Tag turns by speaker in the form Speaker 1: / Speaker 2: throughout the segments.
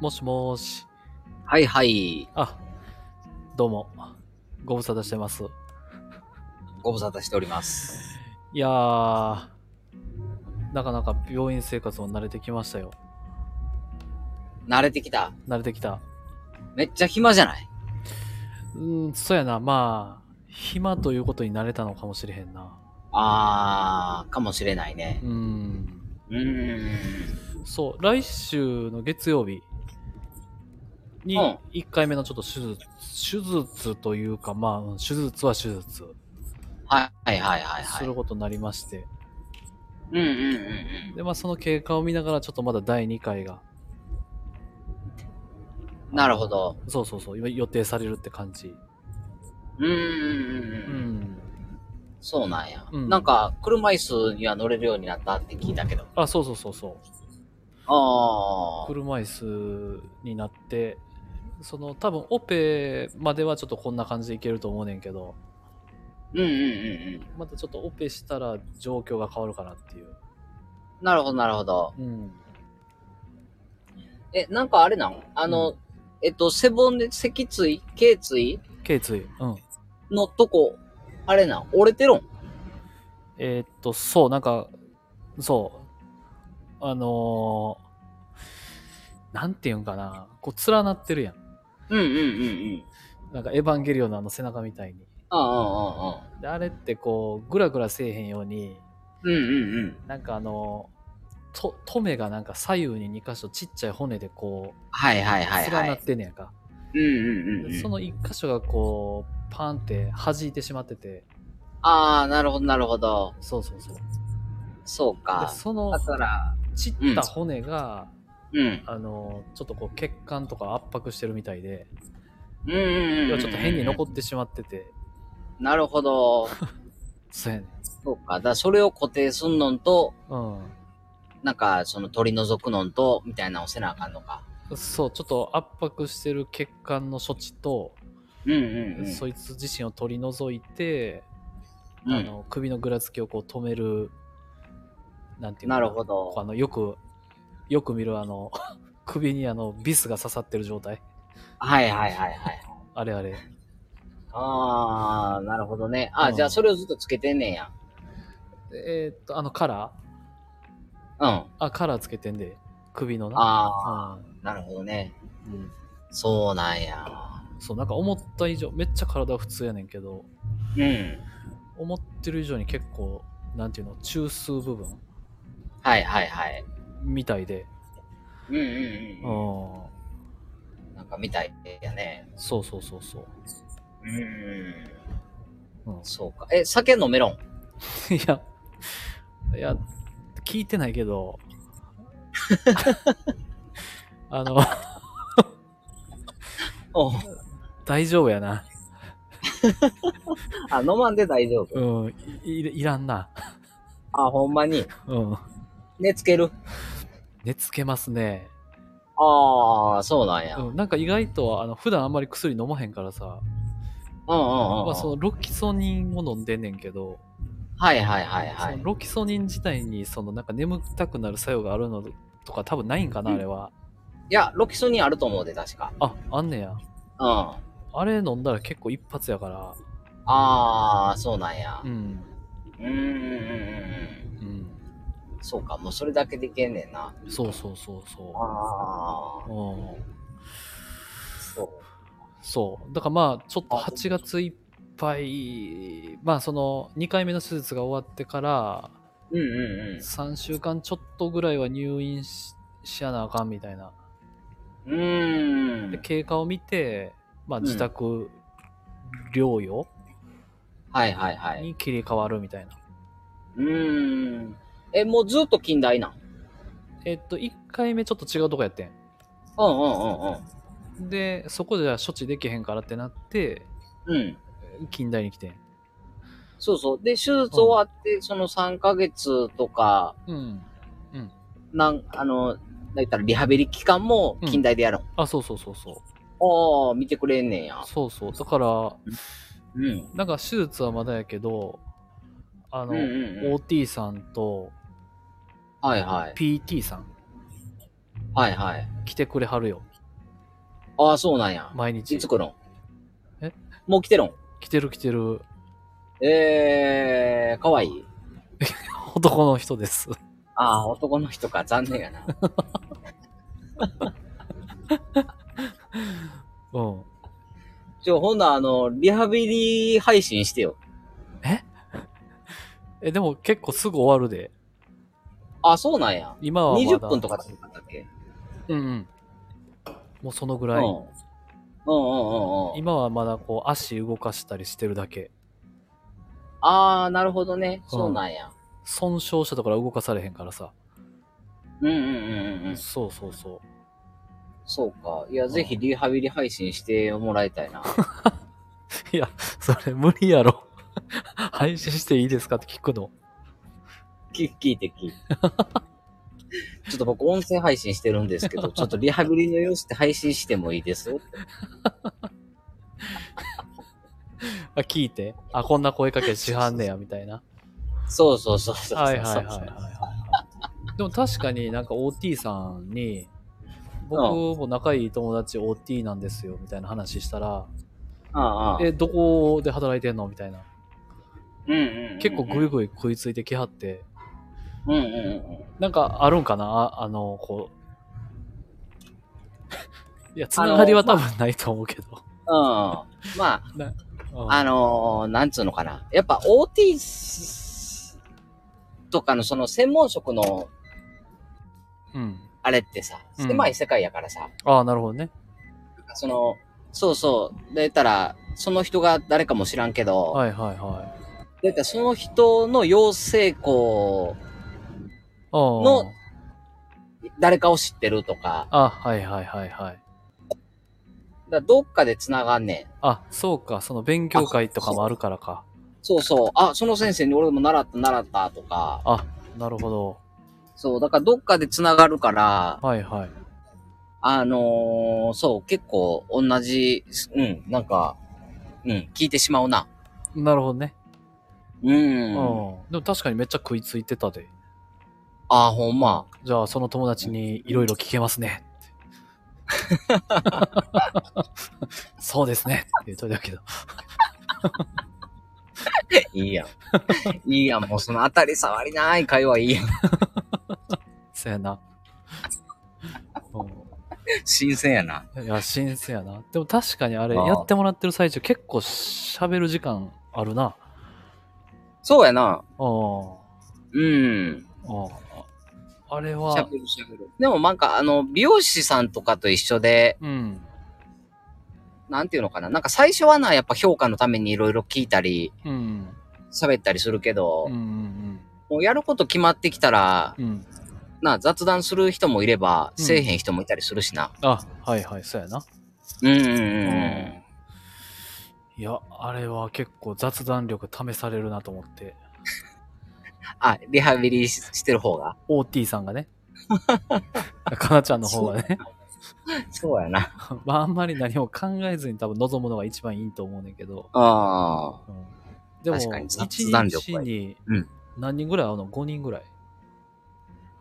Speaker 1: もしもーし。
Speaker 2: はいはい。
Speaker 1: あ、どうも。ご無沙汰してます。
Speaker 2: ご無沙汰しております。
Speaker 1: いやー、なかなか病院生活も慣れてきましたよ。
Speaker 2: 慣れてきた。
Speaker 1: 慣れてきた。
Speaker 2: めっちゃ暇じゃないう
Speaker 1: ーん、そうやな。まあ、暇ということに慣れたのかもしれへんな。
Speaker 2: あー、かもしれないね
Speaker 1: う。ーん。
Speaker 2: うーん。
Speaker 1: そう、来週の月曜日に
Speaker 2: うん
Speaker 1: 1回目のちょっと手術、手術というか、まあうん、手術は手術
Speaker 2: はいはいはいはいは
Speaker 1: す
Speaker 2: い。
Speaker 1: ることになりまして。
Speaker 2: うんうんうんうん。
Speaker 1: で、まあ、その経過を見ながら、ちょっとまだ第2回が、
Speaker 2: なるほど。
Speaker 1: そうそうそう、今予定されるって感じ。
Speaker 2: うーんうん
Speaker 1: う
Speaker 2: うんうん。
Speaker 1: ん。
Speaker 2: そうなんや。
Speaker 1: うん
Speaker 2: なんか、車椅子には乗れるようになったって聞いたけど。
Speaker 1: あ、そうそうそうそう。
Speaker 2: あー。
Speaker 1: 車椅子になって、その、多分オペまではちょっとこんな感じでいけると思うねんけど、
Speaker 2: うんうんうんうん。
Speaker 1: またちょっとオペしたら状況が変わるかなっていう。
Speaker 2: なるほどなるほど。
Speaker 1: うん。
Speaker 2: え、なんかあれなんあの、
Speaker 1: うん
Speaker 2: えっと、背骨、脊椎頸椎
Speaker 1: 頸椎。うん。
Speaker 2: のとこ、あれなん折れてるん
Speaker 1: えーっと、そう、なんか、そう。あのー、なんていうんかな。こう、連なってるやん。
Speaker 2: うんうんうんうん。
Speaker 1: なんか、エヴァンゲリオンのあの背中みたいに。
Speaker 2: ああ、ああ、ああ。
Speaker 1: であれってこうグラグラせえへんように
Speaker 2: うんうんうん。
Speaker 1: なんかあのとトメがなんか左右に2箇所ちっちゃい骨でこ
Speaker 2: はいはいうはい
Speaker 1: 連
Speaker 2: は
Speaker 1: なっ
Speaker 2: い。
Speaker 1: てんねやんか、
Speaker 2: うんうんうんう
Speaker 1: で
Speaker 2: ん。
Speaker 1: その1箇所がこうパンって弾いてしまってて
Speaker 2: ああ、なるほどなるほど。
Speaker 1: そうそうそうで
Speaker 2: そうか。
Speaker 1: その
Speaker 2: だから、
Speaker 1: ちった骨が、
Speaker 2: うん。
Speaker 1: あのちょっとこう血管とか圧迫してるみたいで
Speaker 2: うんうんう
Speaker 1: 要
Speaker 2: んう
Speaker 1: は
Speaker 2: ん。
Speaker 1: ちょっと変に残ってしまってて
Speaker 2: なるほど。
Speaker 1: そうやねん
Speaker 2: そうか。だからそれを固定すんのんと、
Speaker 1: う
Speaker 2: なんか、その取り除くのんと、みたいなのをせなあかんのか。
Speaker 1: んそうちょっと圧迫してる血管の処置と、
Speaker 2: うんうんうん。
Speaker 1: そいつ自身を取り除いて
Speaker 2: うん
Speaker 1: あの首のぐらつきをこう止める、なんていうの
Speaker 2: な
Speaker 1: か
Speaker 2: るほ
Speaker 1: こうあ
Speaker 2: ど。
Speaker 1: のよく、よく見るあの、 首にあの、ビスが刺さってる状態。
Speaker 2: はいはいはいはい。
Speaker 1: あれあれ。
Speaker 2: ああ、なるほどね。あ
Speaker 1: う
Speaker 2: あ、
Speaker 1: ん
Speaker 2: じゃあそれをずっとつけてんねんや。
Speaker 1: えーっと、あの、カラー
Speaker 2: うん。あ
Speaker 1: あ、カラーつけてんで、首のな。
Speaker 2: あ
Speaker 1: うん
Speaker 2: ー、なるほどね。
Speaker 1: うん
Speaker 2: そうなんや。
Speaker 1: そう、なんか思った以上、めっちゃ体普通やねんけど、
Speaker 2: うん。
Speaker 1: 思ってる以上に結構、なんていうの、中枢部分
Speaker 2: はいはいはい。
Speaker 1: みたいで、
Speaker 2: うんうん
Speaker 1: う
Speaker 2: うん
Speaker 1: ん、
Speaker 2: うん。なんかみたいやね。
Speaker 1: そうそうそうそう。
Speaker 2: うん。
Speaker 1: うん、
Speaker 2: そうか。え、酒飲めろん。
Speaker 1: いや、いや、聞いてないけど、あの、
Speaker 2: お
Speaker 1: 大丈夫やな。
Speaker 2: あ、飲まんで大丈夫。
Speaker 1: うん、いいいらんな。
Speaker 2: あ、ほんまに。
Speaker 1: うん。
Speaker 2: 寝つける。
Speaker 1: 寝つけますね。
Speaker 2: ああ、そうなんや。うんうんうん
Speaker 1: うん、なんか意外と、あの、普段あんまり薬飲まへんからさ、まあそのロキソニンを飲んでんねんけど、
Speaker 2: はいはいはいは
Speaker 1: そ
Speaker 2: い
Speaker 1: の。ロキソニン自体に、そのなんか眠たくなる作用があるのとか多分ないんかな、あれは。
Speaker 2: いや、ロキソニンあると思うで、確か。
Speaker 1: あ、あんねや。
Speaker 2: うん。あ
Speaker 1: あれ飲んだら結構一発やから、
Speaker 2: あー、そうなんや
Speaker 1: う。ん、
Speaker 2: うん。うんう
Speaker 1: う
Speaker 2: んうん
Speaker 1: ん。
Speaker 2: うん。そうか、もうそれだけでいけんねんな。
Speaker 1: そうそうそうそう。
Speaker 2: ああ、
Speaker 1: うん
Speaker 2: そ
Speaker 1: そう。だからまあ、ちょっと
Speaker 2: あ
Speaker 1: 8月いっぱい、まあその2回目の手術が終わってから、
Speaker 2: う。うんうん
Speaker 1: 3週間ちょっとぐらいは入院ししやなあかんみたいな。
Speaker 2: うん。うー
Speaker 1: で、
Speaker 2: ん。
Speaker 1: 経過を見て、まあ
Speaker 2: うん
Speaker 1: 自宅療養
Speaker 2: はいはいはい。
Speaker 1: に切り替わるみたいな。
Speaker 2: うーん。え、もうずっと近代なん
Speaker 1: えっと、1回目ちょっと違うとこやって
Speaker 2: うんうんうん
Speaker 1: ん。で、そこじゃ処置できへんからってなって、
Speaker 2: うん。うん。
Speaker 1: 近代に来てん。
Speaker 2: そうそう。で、手術終わって、その3ヶ月とか、
Speaker 1: うん。うん。
Speaker 2: なん、あの、だったらリハビリ期間も近代でやるん。
Speaker 1: あ、そうそうそうそう。
Speaker 2: ああ、見てくれんねんや。
Speaker 1: そうそう。だから、
Speaker 2: うん。
Speaker 1: なんか手術はまだやけど、あの、
Speaker 2: うんうんうん
Speaker 1: OT さんと
Speaker 2: はいはい。
Speaker 1: PT さん
Speaker 2: はいはい。
Speaker 1: 来てくれはるよ。
Speaker 2: ああ、そうなんや。
Speaker 1: 毎日
Speaker 2: いつ。来るん
Speaker 1: え
Speaker 2: もう来てるん
Speaker 1: 来てる来てる
Speaker 2: えー、かわいい。
Speaker 1: 男の人です。
Speaker 2: ああ、男の人か。残念やな。
Speaker 1: うん。
Speaker 2: ちょ、ほんなあの、リハビリ配信してよ。
Speaker 1: え、でも結構すぐ終わるで。
Speaker 2: あ、そうなんや。
Speaker 1: 今はまだ。
Speaker 2: 20分とかだったっけ
Speaker 1: うんうん。もうそのぐらい。
Speaker 2: うん。うんうんうんうん。
Speaker 1: 今はまだこう足動かしたりしてるだけ。
Speaker 2: ああ、なるほどね。そうなんや。
Speaker 1: 損傷したところは動かされへんからさ。
Speaker 2: うんうんうんうん。
Speaker 1: そうそうそう。
Speaker 2: そうか。いや、ぜひリハビリ配信してもらいたいな。
Speaker 1: いや、それ無理やろ。 配信していいですかって聞くの。
Speaker 2: き聞いて聞いて。 ちょっと僕音声配信してるんですけ ど、ちょっとリハビリの様子って配信してもいいですよ
Speaker 1: あ、聞いて。あ、こんな声かけしはんねや、みたいな。
Speaker 2: そうそうそうそうそう。
Speaker 1: はいはいはいはいはい。でも確かになんか OT さんに、僕も仲いい友達 OT なんですよ、みたいな話したら、
Speaker 2: ああ
Speaker 1: え、どこで働いてんのみたいな。
Speaker 2: うんうんうん
Speaker 1: 結構グイグイ食いついてきはって、
Speaker 2: うんうんうん。
Speaker 1: なんかあるんかなああの、こう。い や、つながりは多分ないと思うけど。
Speaker 2: まあ、
Speaker 1: うん
Speaker 2: あのーなんつうのかな。やっぱ OT とかのその専門職の
Speaker 1: うん。
Speaker 2: あれってさ、
Speaker 1: うん
Speaker 2: 狭い世界やからさ、
Speaker 1: ああ、なるほどね。
Speaker 2: その、そうそう、出たら、その人が誰かも知らんけど、
Speaker 1: はいはいはい。
Speaker 2: だからその人の養成校、
Speaker 1: あー
Speaker 2: の誰かを知ってるとか、
Speaker 1: あ、はいはいはいはい。
Speaker 2: だからどっかで繋がんねん。
Speaker 1: あ、そうか、その勉強会とかもあるからか。
Speaker 2: そうそう、あ、その先生に俺も習った習ったとか、
Speaker 1: あ、なるほど。
Speaker 2: そう、だからどっかで繋がるから、
Speaker 1: はいはい。
Speaker 2: あのーそう、結構同じ、うん、なんか、うん、聞いてしまうな。
Speaker 1: なるほどね。
Speaker 2: う。
Speaker 1: うんん。
Speaker 2: あ
Speaker 1: でも確かにめっちゃ食いついてたで。
Speaker 2: あ、ほんま。
Speaker 1: じゃあ、その友達にいろいろ聞けますね。 そうですね。って言うとだけど。
Speaker 2: いいやん。 いいやん、もうその当たり障りない会話いいやん。
Speaker 1: そやな。う
Speaker 2: 新鮮やな。
Speaker 1: ん。いや、新鮮やな。でも確かにあれ、
Speaker 2: ああ
Speaker 1: やってもらってる最中結構喋る時間あるな。
Speaker 2: そうやな。
Speaker 1: うん。
Speaker 2: うん。
Speaker 1: うん。あれ
Speaker 2: しゃ
Speaker 1: は、
Speaker 2: べるしゃべる。でもなんか、あの、美容師さんとかと一緒で、
Speaker 1: うん。
Speaker 2: なんていうのかな。なんか最初はな、やっぱ評価のためにいろいろ聞いたり、
Speaker 1: うん。
Speaker 2: 喋ったりするけど、
Speaker 1: うんうん
Speaker 2: もうやること決まってきたら、
Speaker 1: うん。うん。
Speaker 2: な、雑談する人もいれば、
Speaker 1: うん
Speaker 2: せえへん人もいたりするしな。
Speaker 1: あ、はいはい、そうやな。
Speaker 2: うんうんうん
Speaker 1: んいや、あれは結構雑談力試されるなと思って。
Speaker 2: あ、リハビリししてる方が。
Speaker 1: OT さんがね。かなちゃんの方がね。
Speaker 2: そうやな。
Speaker 1: まあ、あんまり何も考えずに多分望むのが一番いいと思うねんけど。
Speaker 2: ああ。
Speaker 1: うん、でも、
Speaker 2: 確かに
Speaker 1: 一
Speaker 2: 雑談力
Speaker 1: 日
Speaker 2: は
Speaker 1: に
Speaker 2: うん
Speaker 1: 何人ぐらい会うの ?5 人ぐらい。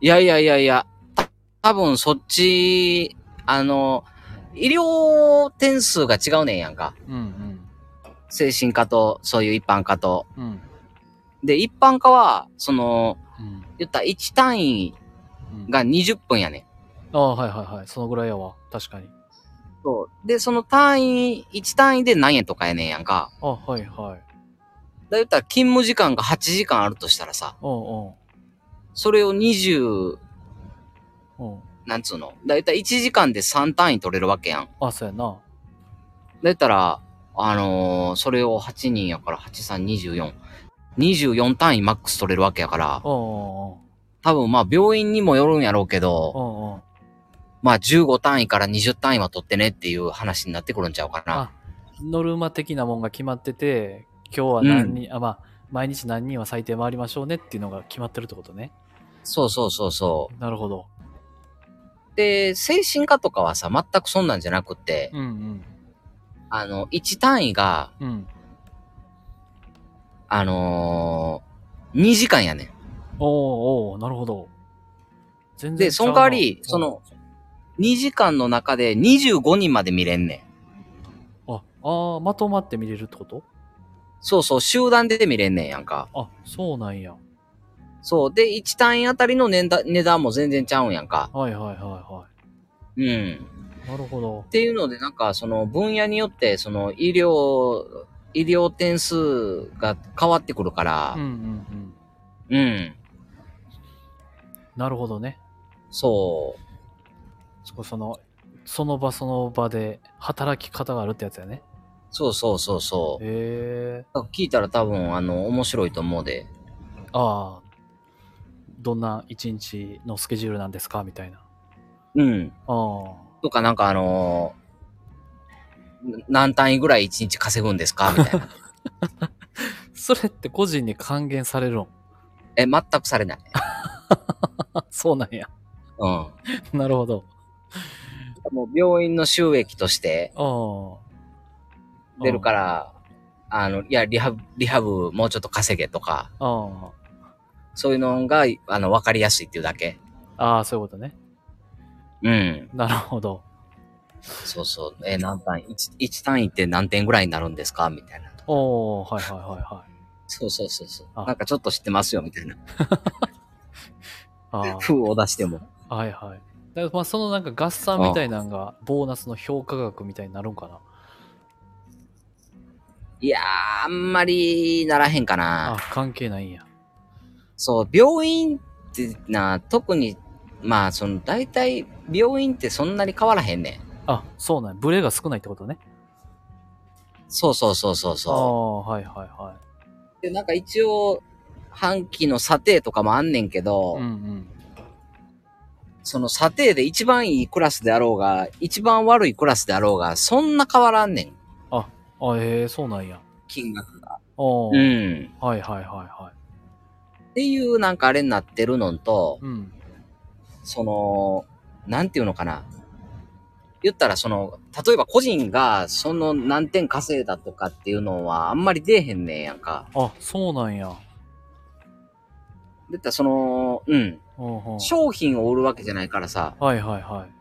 Speaker 2: いやいやいやいや、た多分そっち、あの、医療点数が違うねんやんか。
Speaker 1: うん
Speaker 2: 精神科と、そういう一般科と。
Speaker 1: うん。うん。
Speaker 2: で、一般科は、その、
Speaker 1: うん。
Speaker 2: 言ったら1単位
Speaker 1: うん、
Speaker 2: が20分やねん。
Speaker 1: ああ、はいはいはい。そのぐらいやわ。確かに。
Speaker 2: そう。で、その単位、1単位で何円とかやねんやんか。
Speaker 1: あはいはい。
Speaker 2: だ言ったら勤務時間が8時間あるとしたらさ、
Speaker 1: うん
Speaker 2: それを20、
Speaker 1: うん。うん。
Speaker 2: なんつうのだ言ったら1時間で3単位取れるわけやん。だ
Speaker 1: あ、そうやな。
Speaker 2: 言ったら、あのーそれを8人やから、8324。24単位マックス取れるわけやから、
Speaker 1: うんうんうん。
Speaker 2: 多分まあ病院にもよるんやろうけど、
Speaker 1: うんうん。
Speaker 2: まあ15単位から20単位は取ってねっていう話になってくるんちゃうかな。
Speaker 1: あノルマ的なもんが決まってて、今日は何人、あ、まあ、毎日何人は最低回りましょうねっていうのが決まってるってことね。
Speaker 2: そうそうそうそ
Speaker 1: なるほど。
Speaker 2: う。で、精神科とかはさ、全くそんなんじゃなくって、
Speaker 1: うん
Speaker 2: あの、1単位が、
Speaker 1: うん。うん。
Speaker 2: あのー、2時間やねん。
Speaker 1: おーおーなるほど。全然
Speaker 2: で、
Speaker 1: ち
Speaker 2: そ
Speaker 1: ゃうな
Speaker 2: の代わり、その、、 2時間の中で25人まで見れんねん。
Speaker 1: あ、ああ、まとまって見れるってこと
Speaker 2: そうそう、集団で見れんねんやんか。
Speaker 1: あ、そうなんや。
Speaker 2: そう。で、1単位あたりの値段値段も全然ちゃうんやんか。
Speaker 1: はいはいはいは
Speaker 2: うん。
Speaker 1: い。なるほど
Speaker 2: っ。ていうので、なんか、その分野によって、その医療、医療点数が変わってくるか
Speaker 1: う
Speaker 2: ら
Speaker 1: んうん、うん。
Speaker 2: うん、
Speaker 1: なるほどね。
Speaker 2: そ
Speaker 1: そこその、その場その場で働き方があるってやつやね。
Speaker 2: う、そうそうそうそう。
Speaker 1: へえ。
Speaker 2: 聞いたら多分、あの、面白いと思うで。
Speaker 1: ああ。どんな一日のスケジュールなんですかみたいな。
Speaker 2: うん。
Speaker 1: ああ。
Speaker 2: とか、なんかあのー何単位ぐらい一日稼ぐんですかみ たいな。
Speaker 1: それって個人に還元されるの
Speaker 2: え、全くされない。
Speaker 1: あ、そうなんや。
Speaker 2: うん。も
Speaker 1: なるほど。
Speaker 2: う病院の収益として
Speaker 1: ああ。。
Speaker 2: 出るからら、あの、いや、リハブ、リハブもうちょっと稼げとか、
Speaker 1: あ
Speaker 2: そういうのが、あの、わかりやすいっていうだけ。
Speaker 1: あ。ああ、そういうことね。
Speaker 2: うん。
Speaker 1: なるほど。
Speaker 2: そうそう。え、何単位 1, 単位って何点ぐらいになるんですかみたいな。
Speaker 1: おおはいはいはいはい。
Speaker 2: そうそうそうそう。
Speaker 1: あ
Speaker 2: なんかちょっと知ってますよ、みたいな。
Speaker 1: あ
Speaker 2: 風を出しても。
Speaker 1: あ。はいはい。だからまあそのなんか合算みたいなのがボーナスの評価額みたいになるんかな。
Speaker 2: いやー、あんまりならへんか
Speaker 1: あ
Speaker 2: な。
Speaker 1: 関係ないんや。
Speaker 2: そう、病院ってな、特に、まあ、その、大体、病院ってそんなに変わらへんねん。
Speaker 1: あ、そうなんやブレが少ないってことね。
Speaker 2: そうそうそうそう
Speaker 1: あ
Speaker 2: そ
Speaker 1: あ、はいはいは
Speaker 2: う。で、なんか一応、半期の査定とかもあんねんけど、
Speaker 1: い。うんうん。
Speaker 2: その査定で一番いいクラスであろうが、一番悪いクラスであろうが、そんな変わらんねん、
Speaker 1: あ、ええそうなんや。
Speaker 2: 金額が。
Speaker 1: おお、
Speaker 2: うん。
Speaker 1: はいはいはいはい。
Speaker 2: っていうなんかあれになってるのと、
Speaker 1: うん。
Speaker 2: その、なんていうのかな。言ったらその、例えば個人がその何点稼いだとかっていうのはあんまり出えへんねんやんか。
Speaker 1: あ、そうなんや。
Speaker 2: だったらその、うん、
Speaker 1: うんうん
Speaker 2: 商品を売るわけじゃないからさ、
Speaker 1: はいはいはい。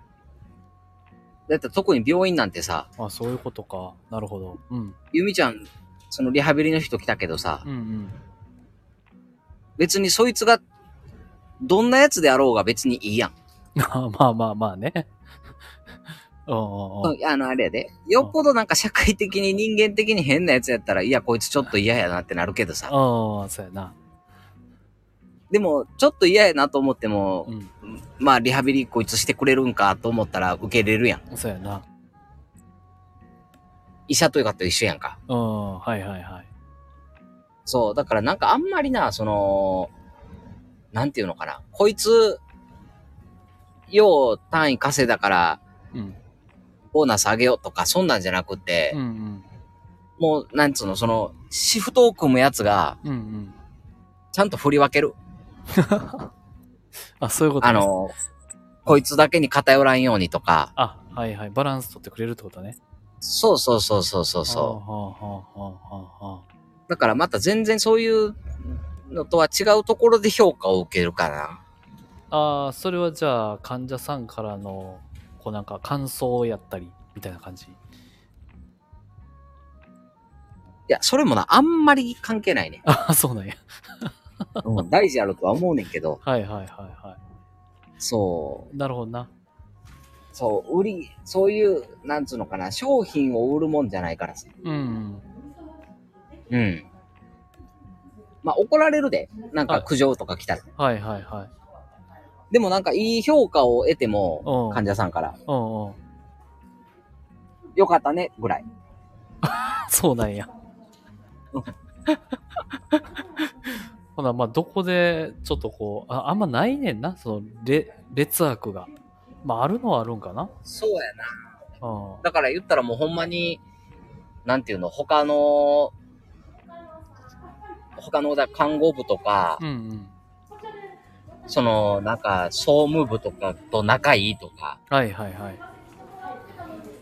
Speaker 2: だったら特に病院なんてさ、
Speaker 1: あ、そういうことか。なるほど。うん。
Speaker 2: ゆみちゃん、そのリハビリの人来たけどさ
Speaker 1: うん、うん。
Speaker 2: 別にそいつが、どんなやつであろうが別にいいやん。
Speaker 1: まあまあまあまあね。 うんうんうん。
Speaker 2: あの、あれやで。よっぽどなんか社会的に人間的に変なやつやったら、いや、こいつちょっと嫌やなってなるけどさ。
Speaker 1: ああ、そうやな。
Speaker 2: でも、ちょっと嫌やなと思っても
Speaker 1: う、ん。
Speaker 2: まあ、リハビリこいつしてくれるんかと思ったら受け入れるやん。
Speaker 1: そうやな。
Speaker 2: 医者というかと一緒やんか。
Speaker 1: うん。はいはいはい。
Speaker 2: そう。だからなんかあんまりな、その、なんていうのかな。こいつ、よう単位稼いだから、
Speaker 1: うん。
Speaker 2: ボーナス上げようとか、そんなんじゃなくて
Speaker 1: うん、うん。
Speaker 2: もう、なんつうの、その、シフトを組むやつが、
Speaker 1: うんうん。
Speaker 2: ちゃんと振り分ける。
Speaker 1: あ、そういうこと
Speaker 2: あ
Speaker 1: ね
Speaker 2: の、こいつだけに偏らんようにとか、
Speaker 1: あ、はいはい。バランス取ってくれるってことね。
Speaker 2: そうそうそうそうそうそ
Speaker 1: はあはあはあはあはあ
Speaker 2: う。だからまた全然そういうのとは違うところで評価を受けるかな。
Speaker 1: ああ、それはじゃあ患者さんからのこうなんか感想やったりみたいな感じ。
Speaker 2: いや、それもな、あんまり関係ないね。
Speaker 1: ああ、そうなんや。
Speaker 2: うん、大事やろとは思うねんけど、
Speaker 1: はいはいはいは
Speaker 2: そ
Speaker 1: い。なるほどな。
Speaker 2: う、そう、売り、そういう、なんつうのかな、商品を売るもんじゃないからさ。
Speaker 1: うん。
Speaker 2: うん。まあ、怒られるで。なんか苦情とか来たら。
Speaker 1: はいはいはい。
Speaker 2: でもなんかいい評価を得て
Speaker 1: う
Speaker 2: も
Speaker 1: ん、
Speaker 2: 患者さんから、
Speaker 1: うんうん。
Speaker 2: よかったね、ぐらい。
Speaker 1: そうなんや。ほな、まあ、どこで、ちょっとこう、ああんまないねんな、その、れ劣悪が。まあ、あるのはあるんかな。
Speaker 2: そうやな。
Speaker 1: うん。
Speaker 2: だから言ったらもうほんまに、なんていうの、他の、他のだ看護部とか、
Speaker 1: うんうん。
Speaker 2: その、なんか、総務部とかと仲いいとか、
Speaker 1: はいはいはい。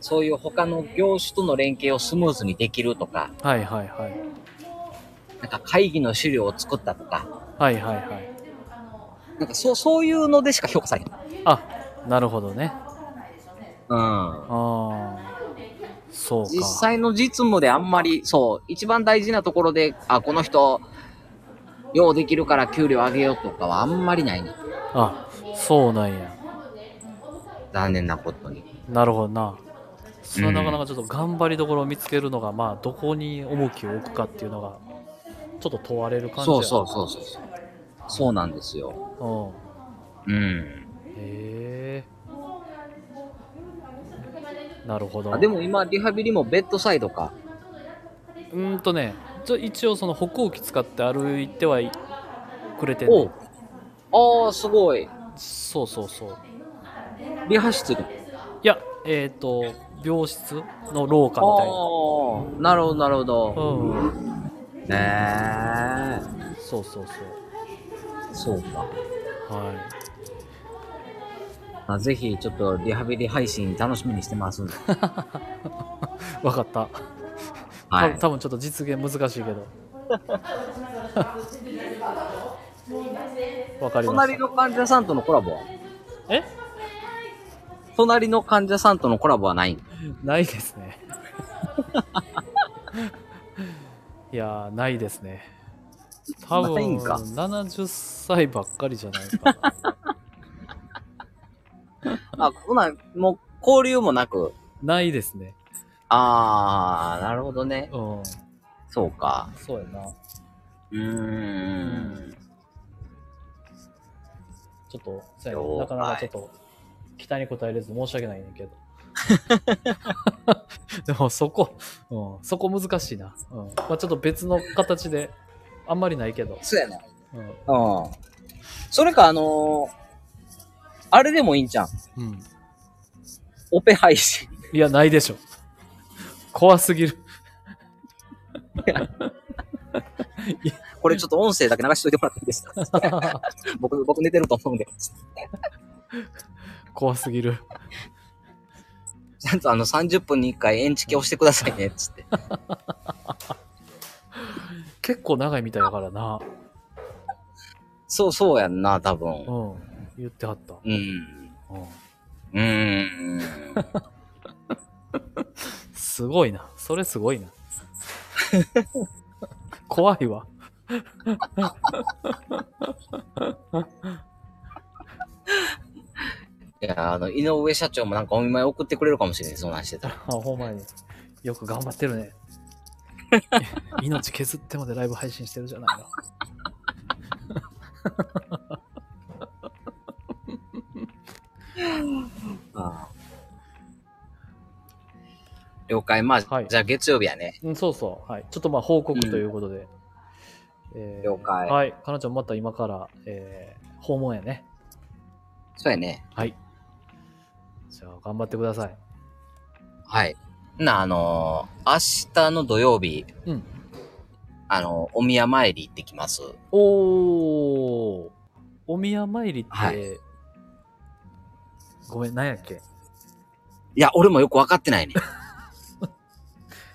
Speaker 2: そういう他の業種との連携をスムーズにできるとか、
Speaker 1: はいはいはい。
Speaker 2: なんか会議の資料を作ったとか、
Speaker 1: はいはいはい。
Speaker 2: なんかそう、そういうのでしか評価されない。
Speaker 1: あ、なるほどね。
Speaker 2: うん。
Speaker 1: ああ。そうか。
Speaker 2: 実際の実務であんまり、そう、一番大事なところで、あ、この人、ようできるから給料上げようとかはあんまりないね。
Speaker 1: あ、そうなんや。
Speaker 2: 残念なことに。
Speaker 1: なるほどな。それは
Speaker 2: うん
Speaker 1: なかなかちょっと頑張りどころを見つけるのが、まあ、どこに重きを置くかっていうのが、ちょっと問われる感じや
Speaker 2: そうそうそうそう。そうなんですよ。
Speaker 1: うん。
Speaker 2: うん。
Speaker 1: へえ。なるほど。
Speaker 2: あでも今、リハビリもベッドサイドか。
Speaker 1: うーんとね、ちょ一応その歩行器使って歩いてはいくれてんね
Speaker 2: お
Speaker 1: ん
Speaker 2: うああ、すごい。
Speaker 1: そうそうそう。
Speaker 2: リハ室で。
Speaker 1: いや、えっ、と、病室の廊下
Speaker 2: あ
Speaker 1: みたい
Speaker 2: あ、なるほど、なるほ
Speaker 1: な。
Speaker 2: ど。
Speaker 1: うん。
Speaker 2: ねえ。
Speaker 1: そうそうそ
Speaker 2: そうか。
Speaker 1: う。はい。
Speaker 2: まあ、ぜひ、ちょっとリハビリ配信楽しみにしてますん で。
Speaker 1: わかった。
Speaker 2: は
Speaker 1: 多分
Speaker 2: い。
Speaker 1: 多分ちょっと実現難しい けど。わかりまし
Speaker 2: 隣の患者さんとのコラボは
Speaker 1: た。え
Speaker 2: 隣の患者さんとのコラボはないん
Speaker 1: ないですね。 いやー、ないですね。多分
Speaker 2: ないんか
Speaker 1: 70歳ばっかりじゃないかな。
Speaker 2: あ、ほな、もう交流もなく。
Speaker 1: ないですね。
Speaker 2: あー、なるほどね。
Speaker 1: うん。
Speaker 2: そうか。
Speaker 1: そうやな。
Speaker 2: うーん。
Speaker 1: ちょっと、そうやな
Speaker 2: 了解
Speaker 1: なかなかちょっと、期待に応えれず申し訳ないねんけど。 でもそこ、うん、そこ難しいな。うん。まあちょっと別の形で、あんまりないけど。
Speaker 2: そうやな。
Speaker 1: うん。
Speaker 2: うん。それか、あのーあれでもいいんじゃん。
Speaker 1: うん、
Speaker 2: オペ配信。
Speaker 1: いや、ないでしょ。怖すぎる。
Speaker 2: これちょっと音声だけ流しといてもらっていいですか 僕、僕寝てると思うんで。
Speaker 1: 怖すぎる。
Speaker 2: ちゃんとあの30分に1回エンチケをしてください ね、つって。
Speaker 1: 結構長いみたいだからな。
Speaker 2: そうそうやんな、多分。
Speaker 1: うん。言ってはった。
Speaker 2: うん。
Speaker 1: うん。
Speaker 2: うーん。
Speaker 1: すごいな。それす ごいな。怖いわ。
Speaker 2: いや、あの、井上社長もなんかお見舞い送ってくれるかもしれない、そんなんしてたら。
Speaker 1: あ、ほんまに。よく頑張ってるね。 命削ってまでライブ配信してるじゃないの。
Speaker 2: ああ了解。まあ、
Speaker 1: はい
Speaker 2: じゃあ月曜日やね。
Speaker 1: うん、そうそう。はい。ちょっとまあ報告ということで。えー
Speaker 2: 了解
Speaker 1: はい。かなちゃんまた今から、えー訪問やね。
Speaker 2: そうやね。
Speaker 1: はい。じゃあ頑張ってください。
Speaker 2: はい。な、あのー明日の土曜日、
Speaker 1: うん。
Speaker 2: あのーお宮参り行ってきます。
Speaker 1: おーお宮参りって、
Speaker 2: はい
Speaker 1: ごめん、何やっけ
Speaker 2: いや、俺もよくわかってないね。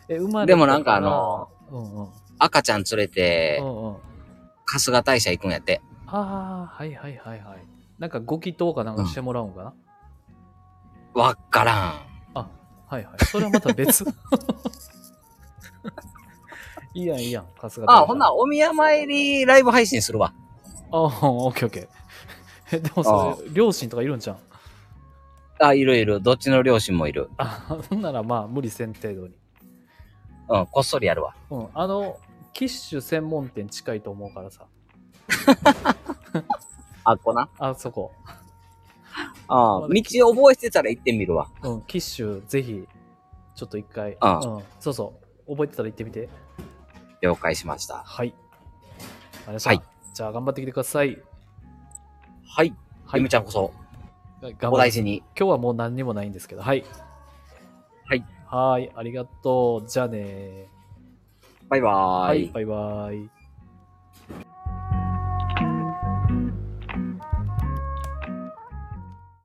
Speaker 1: え、生まれ
Speaker 2: でもなんかあの
Speaker 1: たから、うんうん。
Speaker 2: 赤ちゃん連れて
Speaker 1: う、んうん。
Speaker 2: 春日大社行くんやって。
Speaker 1: ああ、はいはいはいはい。なんかご祈祷かなんかしてもらうんかな、
Speaker 2: わっからん。
Speaker 1: あ、はいはい。それはまた 別。いいやんいいやん、春日大社
Speaker 2: あ、ほんならお宮参りライブ配信するわ。
Speaker 1: あ、オッケーオッケー。え、でもそれ、両親とかいるんじゃん。
Speaker 2: あ、いるいる。どっちの両親もいる。
Speaker 1: あ、ほんならまあ無理せん程度に。
Speaker 2: うん、こっそりやるわ。
Speaker 1: うん、あの、キッシュ専門店近いと思うからさ。
Speaker 2: あ、こな。
Speaker 1: あそこ。
Speaker 2: あ道覚えてたら行ってみるわ。
Speaker 1: うん、キッシュぜひ、ちょっと一回。
Speaker 2: あ
Speaker 1: うん、そうそう。覚えてたら行ってみて。
Speaker 2: 了解しました。
Speaker 1: はい。あれ
Speaker 2: はい
Speaker 1: じゃあ頑張ってきてください。
Speaker 2: はい。
Speaker 1: はい。
Speaker 2: ゆめちゃんこそ、
Speaker 1: 頑
Speaker 2: お
Speaker 1: 張
Speaker 2: 大
Speaker 1: り
Speaker 2: 事に。
Speaker 1: 今日はもう何にもないんですけど。はい。
Speaker 2: はい。
Speaker 1: はーい。ありがとう。じゃあね
Speaker 2: バイバー
Speaker 1: はい。バイバイ。